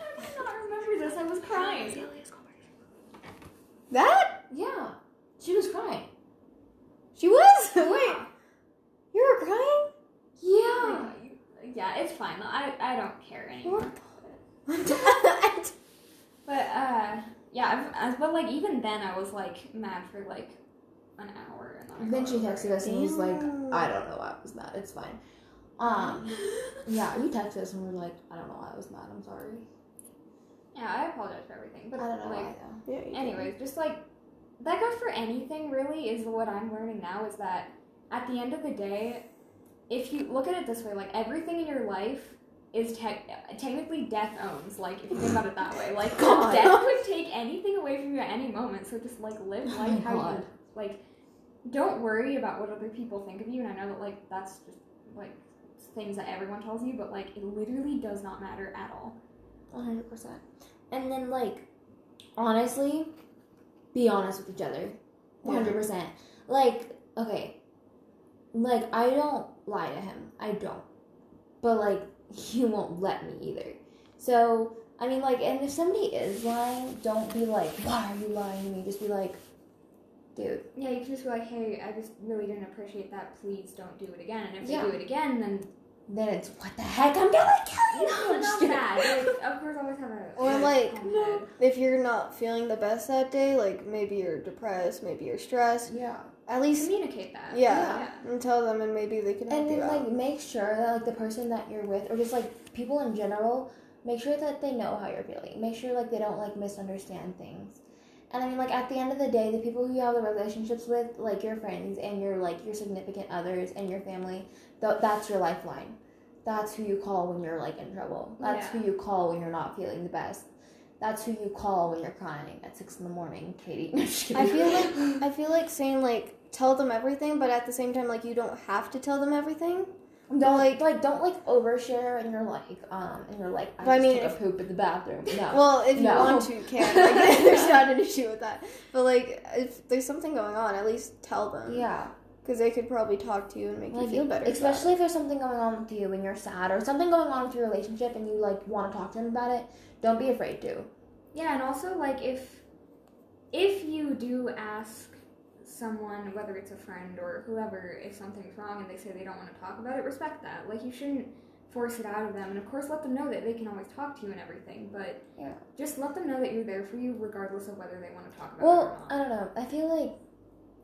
Speaker 3: *laughs*
Speaker 2: I did not remember this. I was
Speaker 1: *laughs*
Speaker 2: crying.
Speaker 3: that?
Speaker 1: Yeah, she was crying.
Speaker 3: She was? Wait, you were crying? *laughs*
Speaker 1: Yeah.
Speaker 2: Yeah, yeah it's fine. I, I don't care anymore.
Speaker 3: What? the-
Speaker 2: But uh, yeah, I've, I, but like even then, I was like mad for like an hour. And then, I
Speaker 1: Then
Speaker 2: got
Speaker 1: she
Speaker 2: over
Speaker 1: texted
Speaker 2: it.
Speaker 1: us and was like,
Speaker 3: Damn.
Speaker 1: "I don't know why I was mad. It's fine." Um, yeah, you texted us and we were like, "I don't know why I was mad. I'm sorry."
Speaker 2: *laughs* Yeah, I apologize for everything.
Speaker 1: I
Speaker 2: But
Speaker 1: don't know
Speaker 2: like,
Speaker 1: why though.
Speaker 3: Yeah, you did.
Speaker 2: anyways, just like that goes for anything really is what I'm learning now is that at the end of the day, if you look at it this way, like everything in your life is tech technically death owns. Like if you think about it that way, like
Speaker 1: *laughs* God.
Speaker 2: death could take anything away from you at any moment. So just like live
Speaker 1: Oh
Speaker 2: life
Speaker 1: my
Speaker 2: how you
Speaker 1: God.
Speaker 2: like. Don't worry about what other people think of you. And I know that like that's just like things that everyone tells you, but like it literally does not matter at all.
Speaker 1: hundred percent. And then like, honestly, be honest with each other, one hundred percent. Like, okay, like I don't lie to him. I don't, but like *laughs* he won't let me either. So I mean, like, and if somebody is lying, don't be like, why are you lying to me? Just be like, dude,
Speaker 2: Yeah, you can just be like, hey, I just really didn't appreciate that. Please don't do it again. And if
Speaker 1: Yeah.
Speaker 2: they do it
Speaker 1: *laughs*
Speaker 2: again, then
Speaker 1: then it's what the heck? I'm gonna kill you. *laughs*
Speaker 2: no,
Speaker 1: I'm just
Speaker 2: not
Speaker 1: kidding. *laughs*
Speaker 2: bad. Like, of course, always have a
Speaker 3: Or
Speaker 2: a
Speaker 3: like-
Speaker 2: calm
Speaker 4: No.
Speaker 2: head.
Speaker 3: If you're not feeling the best that day, like maybe you're depressed, maybe you're stressed,
Speaker 4: Yeah.
Speaker 3: at least
Speaker 2: communicate that.
Speaker 3: Yeah. and tell them, and maybe they can help
Speaker 1: and then
Speaker 3: you out.
Speaker 1: like make sure that like the person that you're with or just like people in general make sure that they know how you're feeling make sure like they don't like misunderstand things and i mean like at the end of the day the people who you have the relationships with like your friends and your like your significant others and your family th- that's your lifeline that's who you call when you're like in trouble that's
Speaker 2: Yeah.
Speaker 1: who you call when you're not feeling the best that's who you call when you're crying at six in the morning katie *laughs* No, just
Speaker 3: I
Speaker 1: kidding.
Speaker 3: feel like I feel like saying like tell them everything, but at the same time, like you don't have to tell them everything.
Speaker 1: Don't like like don't like overshare and you're like um and you're like I
Speaker 3: But I
Speaker 1: just
Speaker 3: mean,
Speaker 1: took
Speaker 3: if-
Speaker 1: a poop at the bathroom. No.
Speaker 3: Well, if you
Speaker 1: No.
Speaker 3: want to, you can. *laughs* Like, there's not an issue with that. But like, if there's something going on, at least tell them.
Speaker 1: yeah.
Speaker 3: Because they could probably talk to you and make you
Speaker 1: Like
Speaker 3: feel better. about it. *laughs*
Speaker 1: especially if there's something going on with you and you're sad or something going on with your relationship and you like want to talk to them about it, don't be afraid to.
Speaker 2: Yeah, and also like if if you do ask someone, whether it's a friend or whoever, if something's wrong and they say they don't want to talk about it, respect that. Like you shouldn't force it out of them, and of course let them know that they can always talk to you and everything. But
Speaker 1: Yeah.
Speaker 2: just let them know that you're there for you, regardless of whether they want to talk about
Speaker 1: Well,
Speaker 2: it
Speaker 1: I don't know. I feel like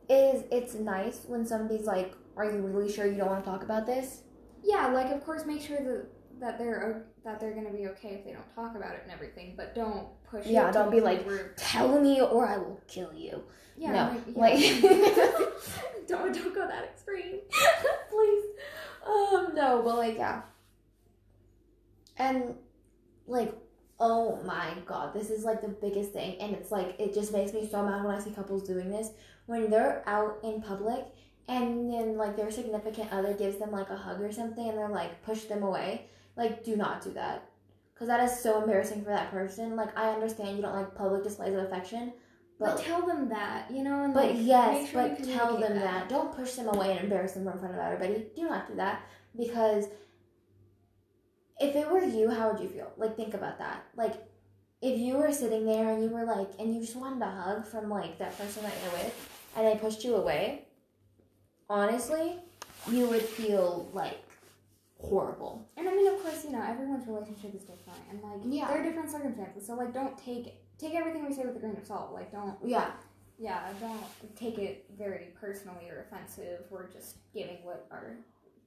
Speaker 1: it is it's nice when somebody's like, "Are you really sure you don't want to talk about this?"
Speaker 2: or not. Yeah, like of course make sure that that they're o- that they're gonna be okay if they don't talk about it and everything, but don't push. it
Speaker 1: Yeah,
Speaker 2: to
Speaker 1: don't
Speaker 2: the
Speaker 1: be
Speaker 2: point
Speaker 1: like,
Speaker 2: where-
Speaker 1: Tell me or I will kill you.
Speaker 2: yeah,
Speaker 1: no,
Speaker 2: like, yeah.
Speaker 1: like-
Speaker 2: *laughs* don't don't go that extreme.
Speaker 1: *laughs* please. Um, no, but like, yeah. And like, oh my god, this is like the biggest thing, and it's like it just makes me so mad when I see couples doing this when they're out in public, and then like their significant other gives them like a hug or something, and they're like push them away. Like, do not do that. Cause that is so embarrassing for that person. Like, I understand you don't like public displays of affection,
Speaker 2: But
Speaker 1: but
Speaker 2: tell them that, you know, and
Speaker 1: but
Speaker 2: like,
Speaker 1: yes,
Speaker 2: make sure you
Speaker 1: but tell
Speaker 2: communicate
Speaker 1: them that. Don't push them away and embarrass them in front of everybody. Do not do that because if it were you, how would you feel? Like, think about that. Like, if you were sitting there and you were like, and you just wanted a hug from like that person that you're with, and they pushed you away, honestly, you would feel like horrible.
Speaker 2: And I mean, of course, you know, everyone's relationship is different, and like
Speaker 1: Yeah.
Speaker 2: there are different circumstances. So like, don't take take everything we say with a grain of salt. Like, don't
Speaker 1: Yeah,
Speaker 2: yeah, don't take it very personally or offensive. We're just giving what our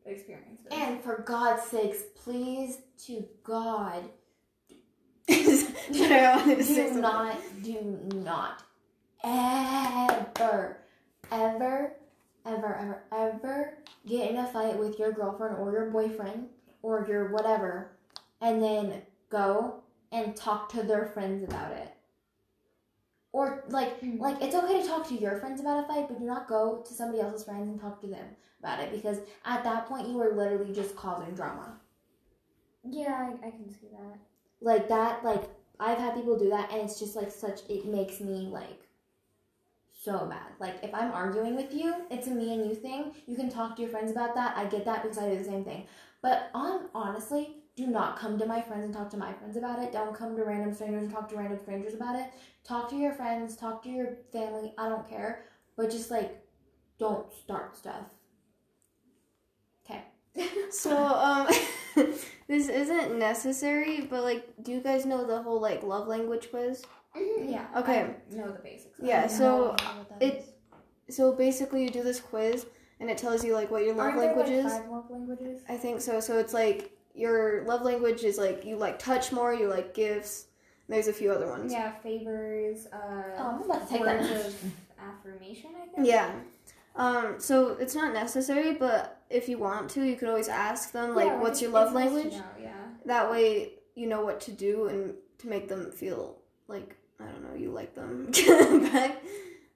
Speaker 2: experience is.
Speaker 1: and for God's sakes, please to *laughs* God,
Speaker 3: Sorry, I wanted to say
Speaker 1: do
Speaker 3: something.
Speaker 1: not, do not ever, ever, ever, ever, ever get in a fight with your girlfriend or your boyfriend or your whatever and then go and talk to their friends about it. Or like
Speaker 2: Hmm.
Speaker 1: like it's okay to talk to your friends about a fight, but do not go to somebody else's friends and talk to them about it because at that point you are literally just causing drama
Speaker 2: yeah, I, I can see that.
Speaker 1: like that like i've had people do that and it's just like such it makes me like so mad like if i'm arguing with you it's a me and you thing you can talk to your friends about that i get that because i do the same thing but on honestly do not come to my friends and talk to my friends about it don't come to random strangers and talk to random strangers about it talk to your friends talk to your family i don't care but just like don't start stuff okay
Speaker 3: So, um, *laughs* this isn't necessary, but like, do you guys know the whole like love language quiz?
Speaker 1: yeah
Speaker 3: Okay.
Speaker 2: I know the basics. of
Speaker 3: Yeah,
Speaker 2: Mm-hmm. it.
Speaker 3: so it-
Speaker 1: it's
Speaker 3: So basically, you do this quiz, and it tells you like what your love
Speaker 2: Aren't
Speaker 3: language
Speaker 2: there,
Speaker 3: is.
Speaker 2: like, five love languages.
Speaker 3: I think so. So it's like your love language is like you like touch more, you like gifts. and there's a few other ones.
Speaker 2: Yeah, favors. Uh,
Speaker 1: oh i'm about to take
Speaker 2: words
Speaker 1: that
Speaker 2: of affirmation. I think.
Speaker 3: Yeah. Um, so it's not necessary, but if you want to, you could always ask them like,
Speaker 2: Yeah, like,
Speaker 3: "What's your
Speaker 2: it's
Speaker 3: love
Speaker 2: nice to
Speaker 3: language?"
Speaker 2: know, yeah.
Speaker 3: That way, you know what to do and to make them feel like I don't know, you like them *laughs* back.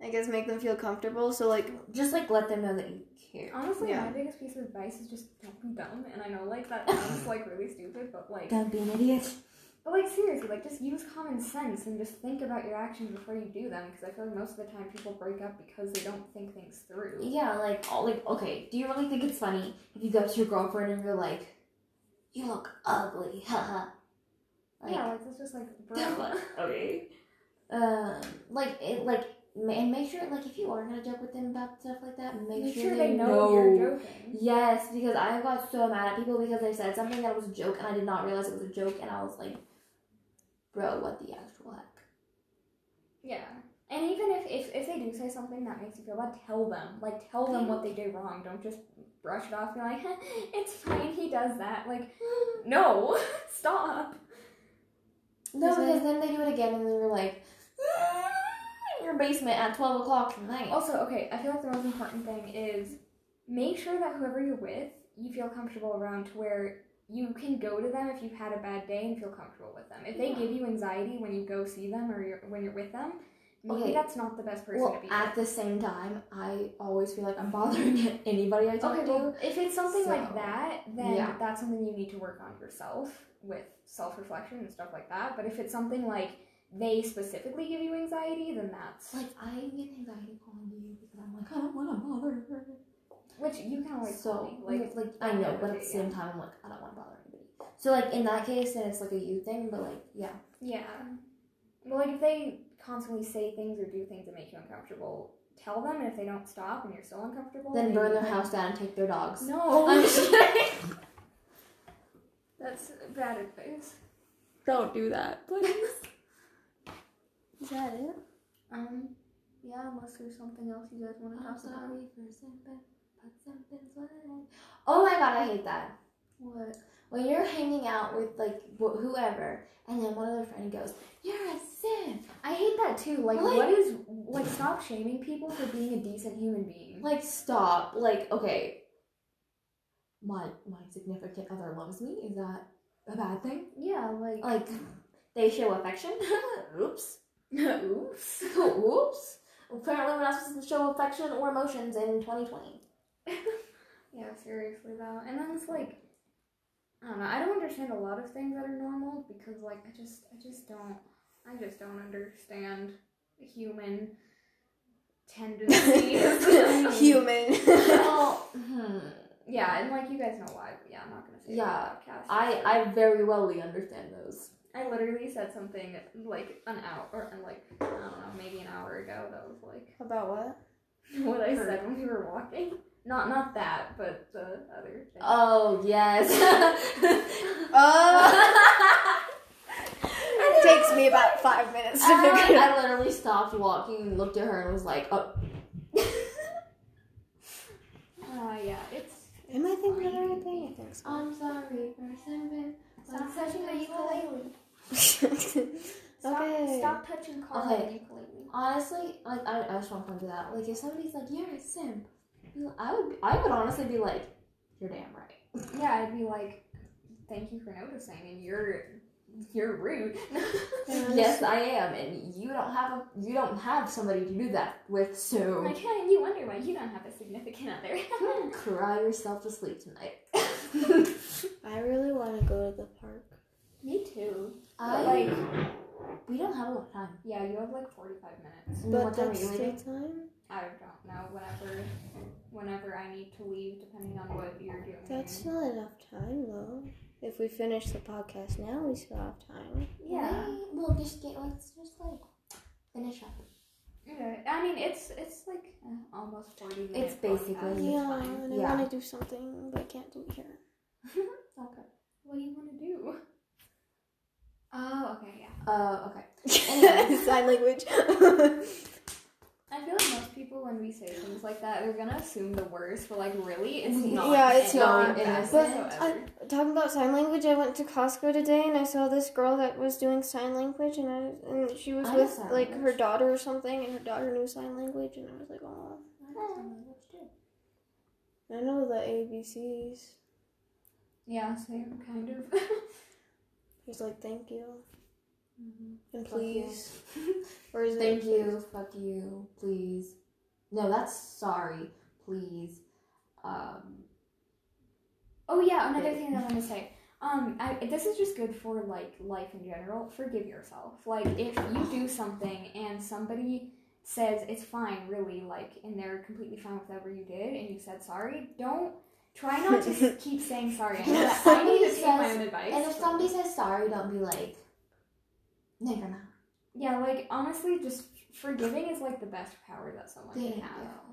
Speaker 3: I guess make them feel comfortable. So like,
Speaker 1: just like let them know that you care
Speaker 2: Honestly,
Speaker 3: Yeah.
Speaker 2: my biggest piece
Speaker 3: *laughs*
Speaker 2: of advice is just don't be dumb. And I know like that sounds like really stupid, but like
Speaker 1: Don't be an idiot.
Speaker 2: But like seriously, like just use common sense and just think about your actions before you do them. Because I feel like most of the time people break up because they don't think things through.
Speaker 1: Yeah, like all like okay. Do you really think it's funny if you go up to your girlfriend and you're like, "You look ugly," *laughs* haha. like,
Speaker 2: yeah, like it's just like
Speaker 1: They're
Speaker 2: bro.
Speaker 1: like, *laughs* okay. Um, like it, like ma- and make sure like if you are gonna joke with them about stuff like that, make,
Speaker 2: *laughs* Make sure they know, you're joking.
Speaker 1: Yes, because I got so mad at people because they said something that was a joke and I did not realize it was a joke and I was like, bro, what the actual heck?
Speaker 2: Yeah. And even if, if if they do say something that makes you feel bad, tell them. Like tell them what they did wrong. Don't just brush it off. Be like, *laughs* "Heh, it's fine. He does that. Like,
Speaker 1: *gasps*
Speaker 2: no, *laughs* stop.
Speaker 1: No,
Speaker 2: Is it-
Speaker 1: because then they do it again and then you're like, "Mm, in your basement at twelve o'clock at night.
Speaker 2: Also, okay, I feel like the most important thing is make sure that whoever you're with, you feel comfortable around to where you can go to them if you've had a bad day and feel comfortable with them. If they
Speaker 1: Yeah.
Speaker 2: give you anxiety when you go see them or you're, when you're with them, maybe
Speaker 1: Okay.
Speaker 2: that's not the best person
Speaker 1: well,
Speaker 2: to be
Speaker 1: at
Speaker 2: with.
Speaker 1: the same time, I always feel like I'm *laughs* bothering anybody I talk
Speaker 2: Okay,
Speaker 1: to.
Speaker 2: well, if it's something
Speaker 1: So,
Speaker 2: like that, then
Speaker 1: yeah.
Speaker 2: that's something you need to work on yourself with self reflection and stuff like that. But if it's something like they specifically give you anxiety, then that's
Speaker 1: Like I get anxiety calling you because I'm like I don't want to bother her.
Speaker 2: which you can always
Speaker 1: So
Speaker 2: tell me,
Speaker 1: like, like I know, but at the same time I'm like I don't want to bother anybody. So like in that case, then it's like a you thing, but like yeah,
Speaker 2: Yeah. Well, like if they constantly say things or do things that make you uncomfortable, tell them. And if they don't stop and you're still uncomfortable,
Speaker 1: then burn their
Speaker 2: you-
Speaker 1: house Oh, down and take their dogs.
Speaker 2: *laughs* No,
Speaker 1: I'm just *laughs* kidding.
Speaker 2: that's bad advice.
Speaker 3: Don't do that, please. *laughs* Is
Speaker 1: *laughs*
Speaker 3: that it?
Speaker 2: Um, yeah. Unless there's something else you guys want to
Speaker 1: I'm
Speaker 2: talk about.
Speaker 1: sorry for something, but something's wrong. Oh my god, I hate that.
Speaker 2: What?
Speaker 1: When you're hanging out with like wh- whoever, and then one of their friend goes, "You're a simp."
Speaker 2: I hate that too. Like,
Speaker 1: Like-
Speaker 2: what is like? Stop shaming people for being a decent human being.
Speaker 1: Like, stop. Like, okay. My my significant other loves me. Is that a bad thing?
Speaker 2: Yeah. Like.
Speaker 1: Like, they show affection. *laughs* Oops. *laughs*
Speaker 2: Oops.
Speaker 1: Oops. Apparently, we're not supposed to show affection or emotions in 2020.
Speaker 2: Yeah, seriously though. And then it's like I don't know, I don't understand a lot of things that are normal because like I just I just don't I just don't understand human
Speaker 1: *laughs*
Speaker 2: tendencies. *laughs*
Speaker 3: Human. *laughs*
Speaker 1: well, hmm.
Speaker 2: Yeah, and like you guys know why, but yeah, I'm not gonna say it on
Speaker 1: Yeah,
Speaker 2: the podcast.
Speaker 1: I I very wellly understand those.
Speaker 2: I literally said something like an hour or like I don't know, maybe an hour ago that was like
Speaker 3: About what?
Speaker 2: *laughs* what I said when we were walking. Not not that, but the other thing.
Speaker 1: Oh yes. Uh,
Speaker 3: Oh,
Speaker 1: it
Speaker 3: *laughs* it *laughs* takes me about five minutes to
Speaker 1: *laughs* I,
Speaker 3: figure
Speaker 1: literally-
Speaker 3: it out.
Speaker 1: Uh, I literally stopped walking and looked at her and was like, oh. *laughs*
Speaker 2: Uh, yeah, it's
Speaker 3: Am I thinking of the right thing? I think so.
Speaker 1: I'm sorry for something.
Speaker 2: Stop touching my ukulele. Stop,
Speaker 3: okay.
Speaker 2: stop touching Carl
Speaker 1: Okay.
Speaker 2: and ukulele.
Speaker 1: Honestly, like I, I just want to point to that. Like if somebody's like, "You're a simp," I would I would honestly be like, "You're damn right."
Speaker 2: Yeah, I'd be like, thank you for noticing, and you're you're rude. *laughs*
Speaker 1: yes, I am, and you don't have a you don't have somebody to do that with, so
Speaker 2: like, hey, you wonder why you don't have a significant other. *laughs*
Speaker 1: cry yourself to sleep tonight.
Speaker 3: *laughs* I really want to go to the park.
Speaker 2: Me too.
Speaker 1: I
Speaker 2: But like,
Speaker 1: we don't have a lot of time.
Speaker 2: yeah, you have like forty five minutes.
Speaker 1: And what
Speaker 3: But
Speaker 1: time are
Speaker 3: that's
Speaker 1: you
Speaker 3: still
Speaker 1: leaving?
Speaker 3: time.
Speaker 2: I don't know. Whenever, whenever I need to leave, depending on what you're doing.
Speaker 3: That's not enough time, though. If we finish the podcast now, we still have time.
Speaker 2: yeah.
Speaker 1: Maybe We'll just get let's just like finish up.
Speaker 2: Okay. I mean, it's it's like uh, almost forty minutes.
Speaker 1: It's basically-
Speaker 3: Yeah, and
Speaker 1: Yeah.
Speaker 3: I want to do something, but I can't do it
Speaker 1: *laughs*
Speaker 3: here.
Speaker 1: Okay.
Speaker 2: What do you want to do? Oh, okay, yeah.
Speaker 1: Uh, okay.
Speaker 3: *laughs* Sign language.
Speaker 2: I feel like most people, when we say things like that, they're gonna assume the worst, but like, really, it's
Speaker 3: Yeah,
Speaker 2: not.
Speaker 3: it's
Speaker 2: it-
Speaker 3: not.
Speaker 2: it is
Speaker 3: But uh,
Speaker 2: whatsoever.
Speaker 3: Talking about sign language, I went to Costco today and I saw this girl that was doing sign language, and I, and she was
Speaker 1: I know
Speaker 3: with
Speaker 1: sign
Speaker 3: like her
Speaker 1: language.
Speaker 3: daughter or something, and her daughter knew sign language, and I was like, oh, I know the ABCs.
Speaker 2: yeah, same kind
Speaker 3: *laughs*
Speaker 2: of.
Speaker 3: He's like, thank you
Speaker 1: Mhm.
Speaker 3: and
Speaker 1: Fuck you.
Speaker 3: please, or is
Speaker 1: Thank
Speaker 3: it
Speaker 1: you. Fuck you. Please. No, that's sorry. Please. Um.
Speaker 2: oh yeah, another thing that I want to say. Um, I, this is just good for like life in general. Forgive yourself. Like if you do something and somebody says it's fine, really, like, and they're completely fine with whatever you did, and you said sorry, don't try not
Speaker 1: *laughs*
Speaker 2: to s- keep saying sorry. I know
Speaker 1: If
Speaker 2: that- I
Speaker 1: somebody
Speaker 2: need to take my
Speaker 1: says-
Speaker 2: own advice.
Speaker 1: And if
Speaker 2: but-
Speaker 1: somebody says sorry, don't be like, never mind.
Speaker 2: yeah, like honestly, just forgiving is like the best power that someone
Speaker 1: There
Speaker 2: can
Speaker 1: you
Speaker 2: have.
Speaker 1: go.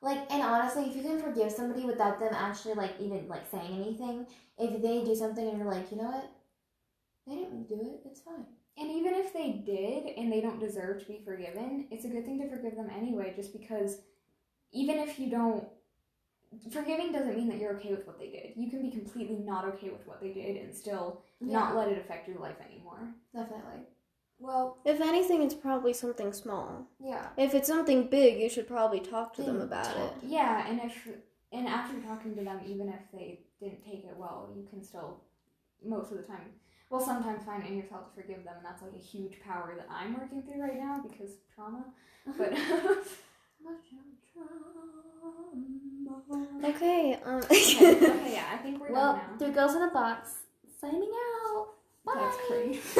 Speaker 1: Like, and honestly, if you can forgive somebody without them actually, like, even, like, saying anything, if they do something and you're like, you know what? They didn't do it, it's fine.
Speaker 2: And even if they did and they don't deserve to be forgiven, it's a good thing to forgive them anyway, just because even if you don't. Forgiving doesn't mean that you're okay with what they did. You can be completely not okay with what they did and still not let it affect your life anymore.
Speaker 1: Definitely.
Speaker 3: Well, if anything, it's probably something small.
Speaker 1: Yeah.
Speaker 3: If it's something big, you should probably talk to them
Speaker 1: Then
Speaker 3: about it.
Speaker 1: talk.
Speaker 2: Yeah, and if and after talking to them, even if they didn't take it well, you can still most of the time, well, sometimes find it in yourself to forgive them, and that's like a huge power that I'm working through right now because trauma.
Speaker 1: Uh-huh. *laughs*
Speaker 2: But *laughs*
Speaker 3: Okay. Um,
Speaker 2: okay, okay, yeah, I think we're
Speaker 1: Well,
Speaker 2: done
Speaker 1: through Girls in a Box, signing out.
Speaker 2: now.
Speaker 1: Bye.
Speaker 2: That's cringe.